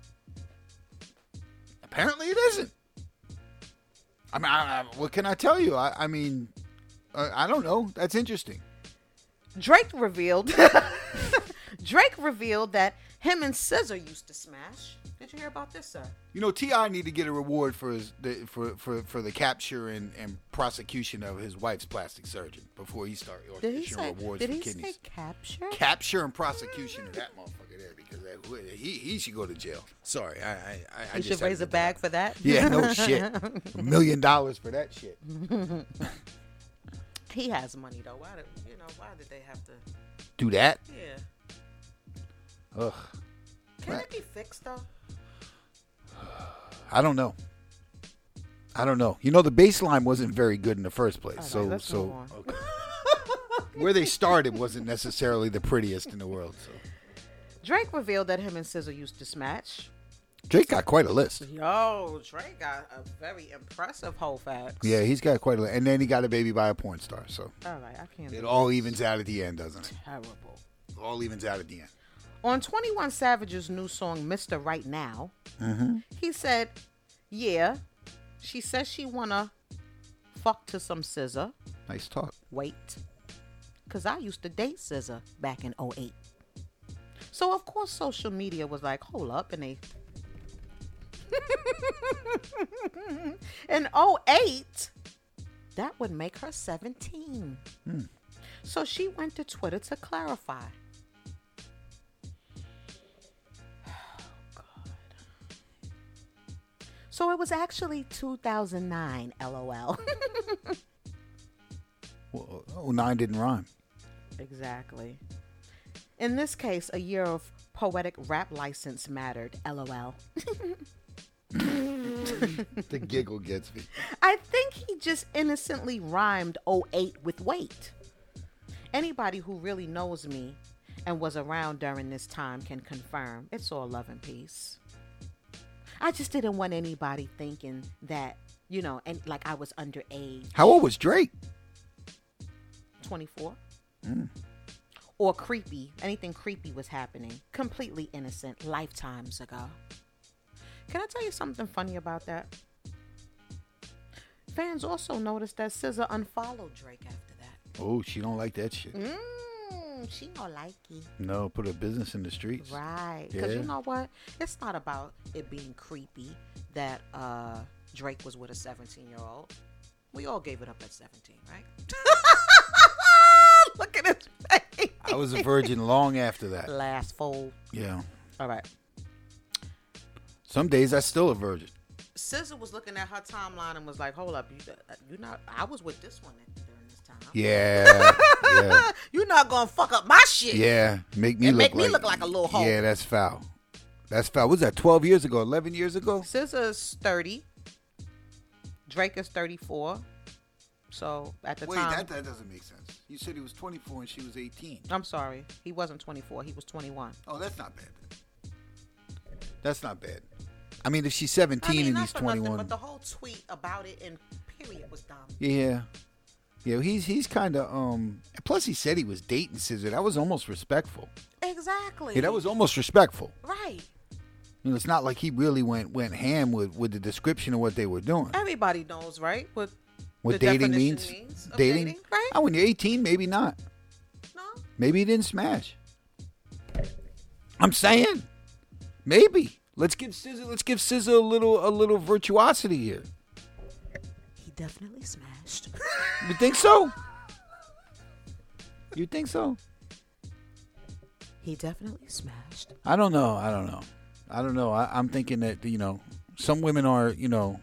Apparently it isn't. I mean, I, I, what can I tell you? I, I mean, uh, I, I don't know. That's interesting. Drake revealed Drake revealed that him and Scissor used to smash. Did you hear about this, sir? You know, Ti need to get a reward for his the, for, for for the capture and, and prosecution of his wife's plastic surgeon before he start Did he issuing say? rewards Did for he kidneys. say capture? capture and prosecution of that motherfucker there because that, he he should go to jail. Sorry, I I, I I you just should had raise to a get that bag for that. Yeah, no shit. A million dollars for that shit. He has money though. Why did you know? Why did they have to? Do that? Yeah. Ugh. Can Right. it be fixed though? I don't know. I don't know. You know, the baseline wasn't very good in the first place. All right, so let's so move on. okay. where they started wasn't necessarily the prettiest in the world. So Drake revealed that him and Scissor used to smash. Drake got quite a list. Yo, Drake got a very impressive whole facts. Yeah, he's got quite a list, and then he got a baby by a porn star. So All right, I can't. it all evens out at the end, doesn't it? Terrible. It all evens out at the end. On 21 Savage's new song, Mr. Right Now, he said, Yeah, she says she wanna fuck to some scissor. Nice talk. Wait. Cause I used to date scissor back in 08. So of course social media was like, hold up, and they in 08, that would make her 17. So she went to Twitter to clarify. Oh, So it was actually 2009, lol. Well, oh, nine didn't rhyme. Exactly. In this case, a year of poetic rap license mattered, lol. The giggle gets me. I think he just innocently rhymed 08 with wait. Anybody who really knows me and was around during this time can confirm it's all love and peace. I just didn't want anybody thinking that, you know, and like I was underage. How old was Drake? 24 or creepy anything creepy was happening completely innocent lifetimes ago can i tell you something funny about that fans also noticed that scissor unfollowed drake after that Oh, she don't like that shit. mm, she no likey No, put a business in the streets. right because Yeah. you know what it's not about it being creepy that uh drake was with a 17 year old we all gave it up at 17 right look at his face I was a virgin long after that. last fold. Yeah. All right. Some days I still a virgin. Scissor was looking at her timeline and was like, "Hold up, you uh, you not? I was with this one at- during this time. Yeah. yeah. You're not gonna fuck up my shit." Yeah. Make me It look make like me look like a little hoe. Yeah, that's foul. That's foul. Was that 12 years ago? 11 years ago? Scissor's 30. Drake is 34. So at the time. that doesn't make sense. You said he was 24 and she was 18. I'm sorry. He wasn't 24. He was 21. Oh, that's not bad. That's not bad. I mean, if she's 17 and not he's for 21. Nothing, but the whole tweet about it and period was dumb. Yeah. Yeah, he's he's kind of um. Plus, he said he was dating Scissor. That was almost respectful. Exactly. Yeah, that was almost respectful. right. You know, it's not like he really went went ham with with the description of what they were doing. Everybody knows, right? What What the dating definition means? means of dating. dating, right? Oh, when you're 18, maybe not. no? Maybe he didn't smash. I'm saying, maybe. Let's give Scissor. Let's give Scissor a little a little virtuosity here. He definitely smashed. You think so? You think so? he definitely smashed. I don't know. I don't know. I don't know. I, I'm thinking that you know some women are you know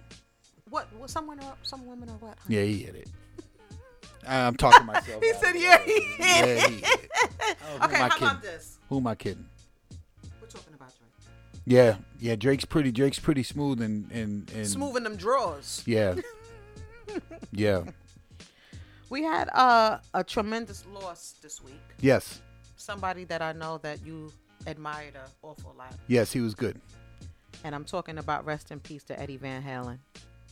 What? Well, some women are, some women are what? yeah he hit it. I- I'm talking to myself. He out. said, yeah, he yeah he hit it. Oh, who Okay, am I how kidding? about this? Who am I kidding? We're talking about Drake. Yeah, yeah. Drake's pretty. Drake's pretty smooth and and and Smoothing them drawers. Yeah, yeah. We had uh, a tremendous Tremendous loss this week. Yes, somebody that I know that you admired an awful lot. yes. He was good. And I'm talking about rest in peace to Eddie Van Halen.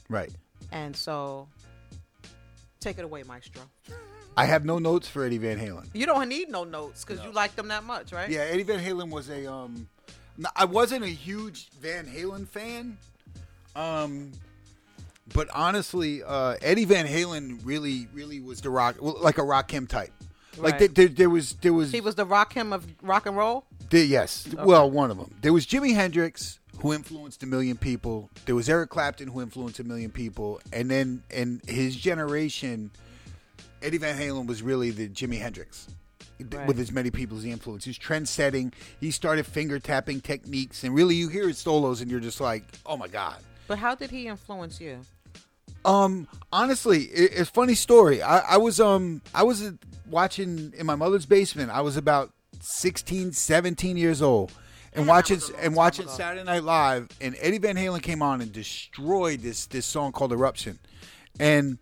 Right. And so take it away, Maestro. I have no notes for Eddie Van Halen. You don't need no notes because you like them that much, right? Yeah, Eddie Van Halen was a um n- I wasn't a huge Van Halen fan. Um But honestly, uh, Eddie Van Halen really, really was the rock, well, like a Rakim type. Like Right. there, there, there was, there was, He was the rock him of rock and roll. there, yes, well, one of them. There was Jimi Hendrix who influenced a million people. There was Eric Clapton who influenced a million people, and then in his generation, Eddie Van Halen was really the Jimi Hendrix. th- Right. With as many people as he influenced, he's trend setting. He started finger tapping techniques, and really, you hear his solos, and you're just like, "Oh my god!" But how did he influence you? Um, honestly, it, it's a funny story. I, I was um I was uh, watching in my mother's basement. I was about 16, 17 years old, and watching and watching Saturday Night Live, and Eddie Van Halen came on and destroyed this this song called Eruption, and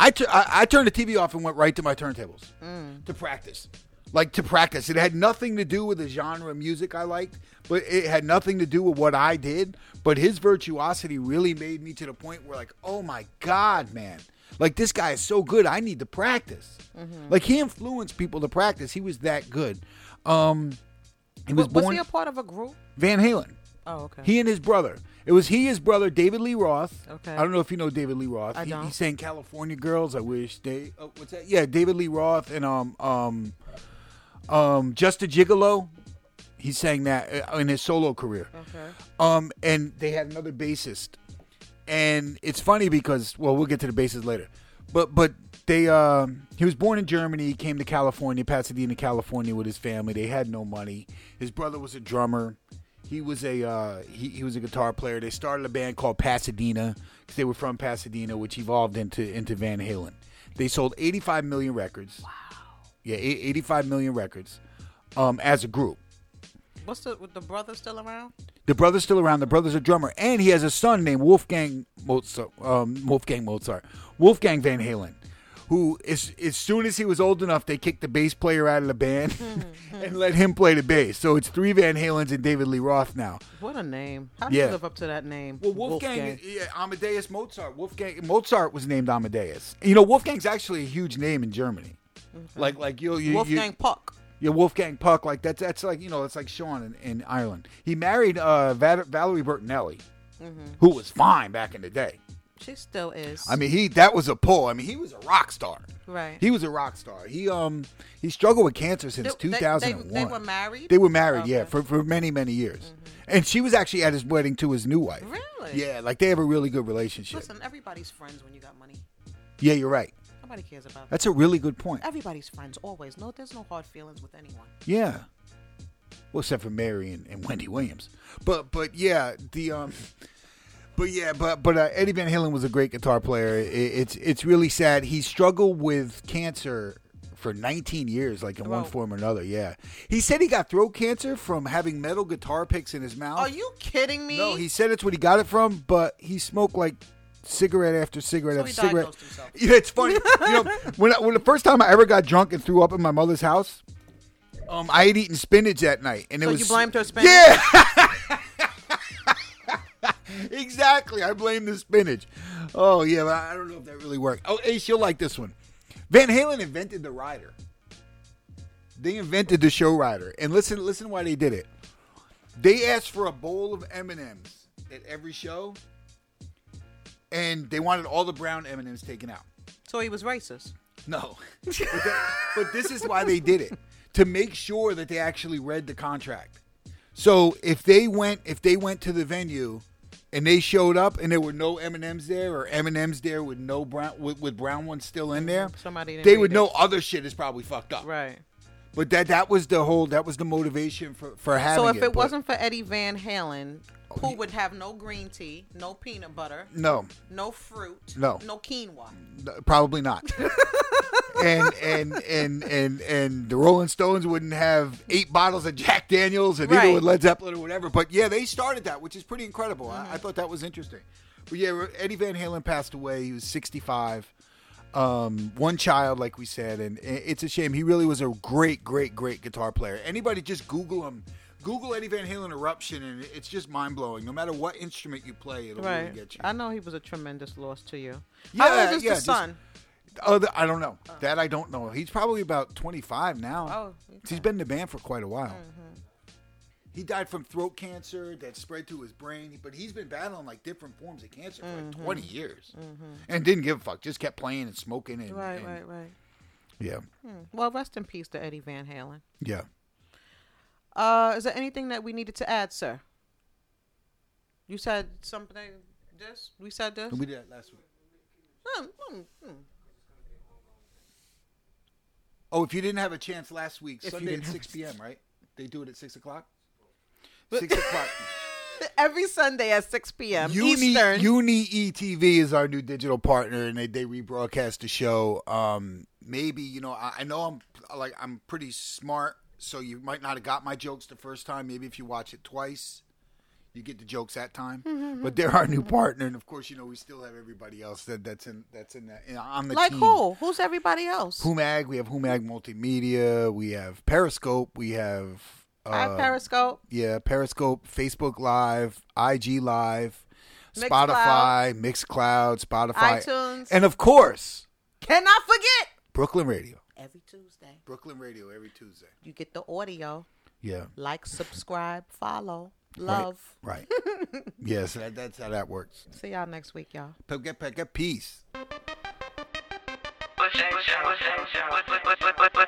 I tu- I I turned the TV off and went right to my turntables Mm. to practice. Like to practice. It had nothing to do with the genre of music I liked, but it had nothing to do with what I did. But his virtuosity really made me to the point where, like, oh my God, man. Like, this guy is so good. I need to practice. Mm-hmm. Like, he influenced people to practice. He was that good. Um, he was Was, was born he a part of a group? Van Halen. Oh, okay. He and his brother. It was he, his brother, David Lee Roth. Okay. I don't know if you know David Lee Roth. I he, don't. He sang California Girls. I wish they. Oh, what's that? Yeah, David Lee Roth and um um um Just a Gigolo. He sang that uh, in his solo career. okay. Um, and they had another bassist, and it's funny because well, we'll get to the bassist later, but but they um, he was born in Germany, he came to California, Pasadena, California, with his family. They had no money. His brother was a drummer. He was a uh, he, he was a guitar player. They started a band called Pasadena 'cause they were from Pasadena, which evolved into into Van Halen. They sold 85 million records. Wow. Yeah, eight- 85 million records um, as a group. What's the with the brother still around? The brother's still around. The brother's a drummer, and he has a son named Wolfgang Mozart. Um, Wolfgang Mozart, Wolfgang Van Halen, who is as soon as he was old enough, they kicked the bass player out of the band and let him play the bass. So it's three Van Halens and David Lee Roth now. What a name! How do you Yeah. live up to that name? Well, Wolfgang, Yeah, Amadeus Mozart. Wolfgang Mozart was named Amadeus. You know, Wolfgang's actually a huge name in Germany. Like, like you, you, you, Wolfgang Puck. yeah, Wolfgang Puck, like that's that's like you know that's like Sean in, in Ireland. He married uh, Va- Valerie Bertinelli, Mm-hmm. who was fine back in the day. She still is. I mean, he that was a pull. I mean, he was a rock star. right. He was a rock star. He um he struggled with cancer They- since they- two thousand and one. They, they were married. They were married, yeah, Okay. Mm-hmm. for, for many many years, and she was actually at his wedding to his new wife. Really? Yeah, like they have a really good relationship. Listen, everybody's friends when you got money. Yeah, you're right. Nobody cares about that. That's a really good point. Everybody's friends always. No, there's no hard feelings with anyone. Yeah. Well, except for Mary and, and Wendy Williams. But but yeah, the um but yeah, but but uh, Eddie Van Halen was a great guitar player. It, it's it's really sad. He struggled with cancer for 19 years, like in one Throat. form or another. Yeah, he said he got throat cancer from having metal guitar picks in his mouth. Are you kidding me? No, he said it's what he got it from, but he smoked like cigarette after cigarette So after he cigarette. diagnosed himself. Yeah, it's funny. you know, when, I, when the first time I ever got drunk and threw up in my mother's house, um, I had eaten spinach that night, and it So was you blamed her spinach? Yeah. Exactly, I blame the spinach. Oh yeah, but I don't know if that really worked. Oh, Ace, you'll like this one. Van Halen invented the rider. They invented the show rider, and listen, listen why they did it. They asked for a bowl of M and M's at every show, and they wanted all the brown M and M's taken out. so he was racist. No. but, that- but this is why they did it to make sure that they actually read the contract. So if they went if they went to the venue and they showed up and there were no M and M's there or M and M's there with no brown with, with brown ones still in there, Somebody didn't they read would it. know other shit is probably fucked up. Right. But that that was the whole that was the motivation for for having So if it. it, but Oh, wasn't for Eddie Van Halen, who would have no green tea, no peanut butter, no, No fruit. No. No quinoa. No, probably not. and and and and and the Rolling Stones wouldn't have eight bottles of Jack Daniels, and Right. neither would Led Zeppelin or whatever. But yeah, they started that, which is pretty incredible. Mm-hmm. I, I thought that was interesting. But yeah, Eddie Van Halen passed away. He was sixty-five. Um, one child, like we said, and i- it's a shame. He really was a great, great, great guitar player. Anybody just Google him. Google Eddie Van Halen eruption, and it's just mind blowing. No matter what instrument you play, it'll really right. get you. I know he was a tremendous loss to you. How Yeah, old is yeah, the just- son? Oh, th- I don't know. That I don't know. He's probably about 25 now. Oh, okay. Mm-hmm. He's been in the band for quite a while. He died from throat cancer that spread to his brain, but he's been battling like different forms of cancer for like 20 Mm-hmm. years and didn't give a fuck. Just kept playing and smoking. And, Right, and- right, Hmm. right. Yeah. Well, rest in peace to Eddie Van Halen. Yeah. Uh, is there anything that we needed to add, sir? You said something. This we said this. We did that last week. Hmm, hmm, hmm. Oh, if you didn't have a chance last week, you Sunday didn't at have 6 p.m., right? They do it at 6 o'clock? 6 o'clock. Every Sunday at six p.m. Uni, Eastern. Uni ETV is our new digital partner, and they, they rebroadcast the show. Um, maybe you know, I, I know I'm like I'm pretty smart, so you might not have got my jokes the first time. Maybe if you watch it twice, you get the jokes that Mm-hmm, time. but they're our new partner, and of course, you know we still have everybody else that, that's in that's in that on the like team. who? Who's everybody else? Humag, we have Humag Multimedia, we have Periscope, we have uh, I Periscope. yeah, Periscope, Facebook Live, IG Live, Mixcloud. Spotify, Mixcloud, Spotify, iTunes. and of course Cannot forget. Brooklyn Radio. Every Tuesday, Brooklyn Radio every Tuesday. you get the audio. Yeah, Like, subscribe, follow, love. right. yeah, so that, that's how that works. See y'all next week, y'all. Pe- Get, pe- get peace. What's that show? What's that show? What's, what's, what's, what's, what's,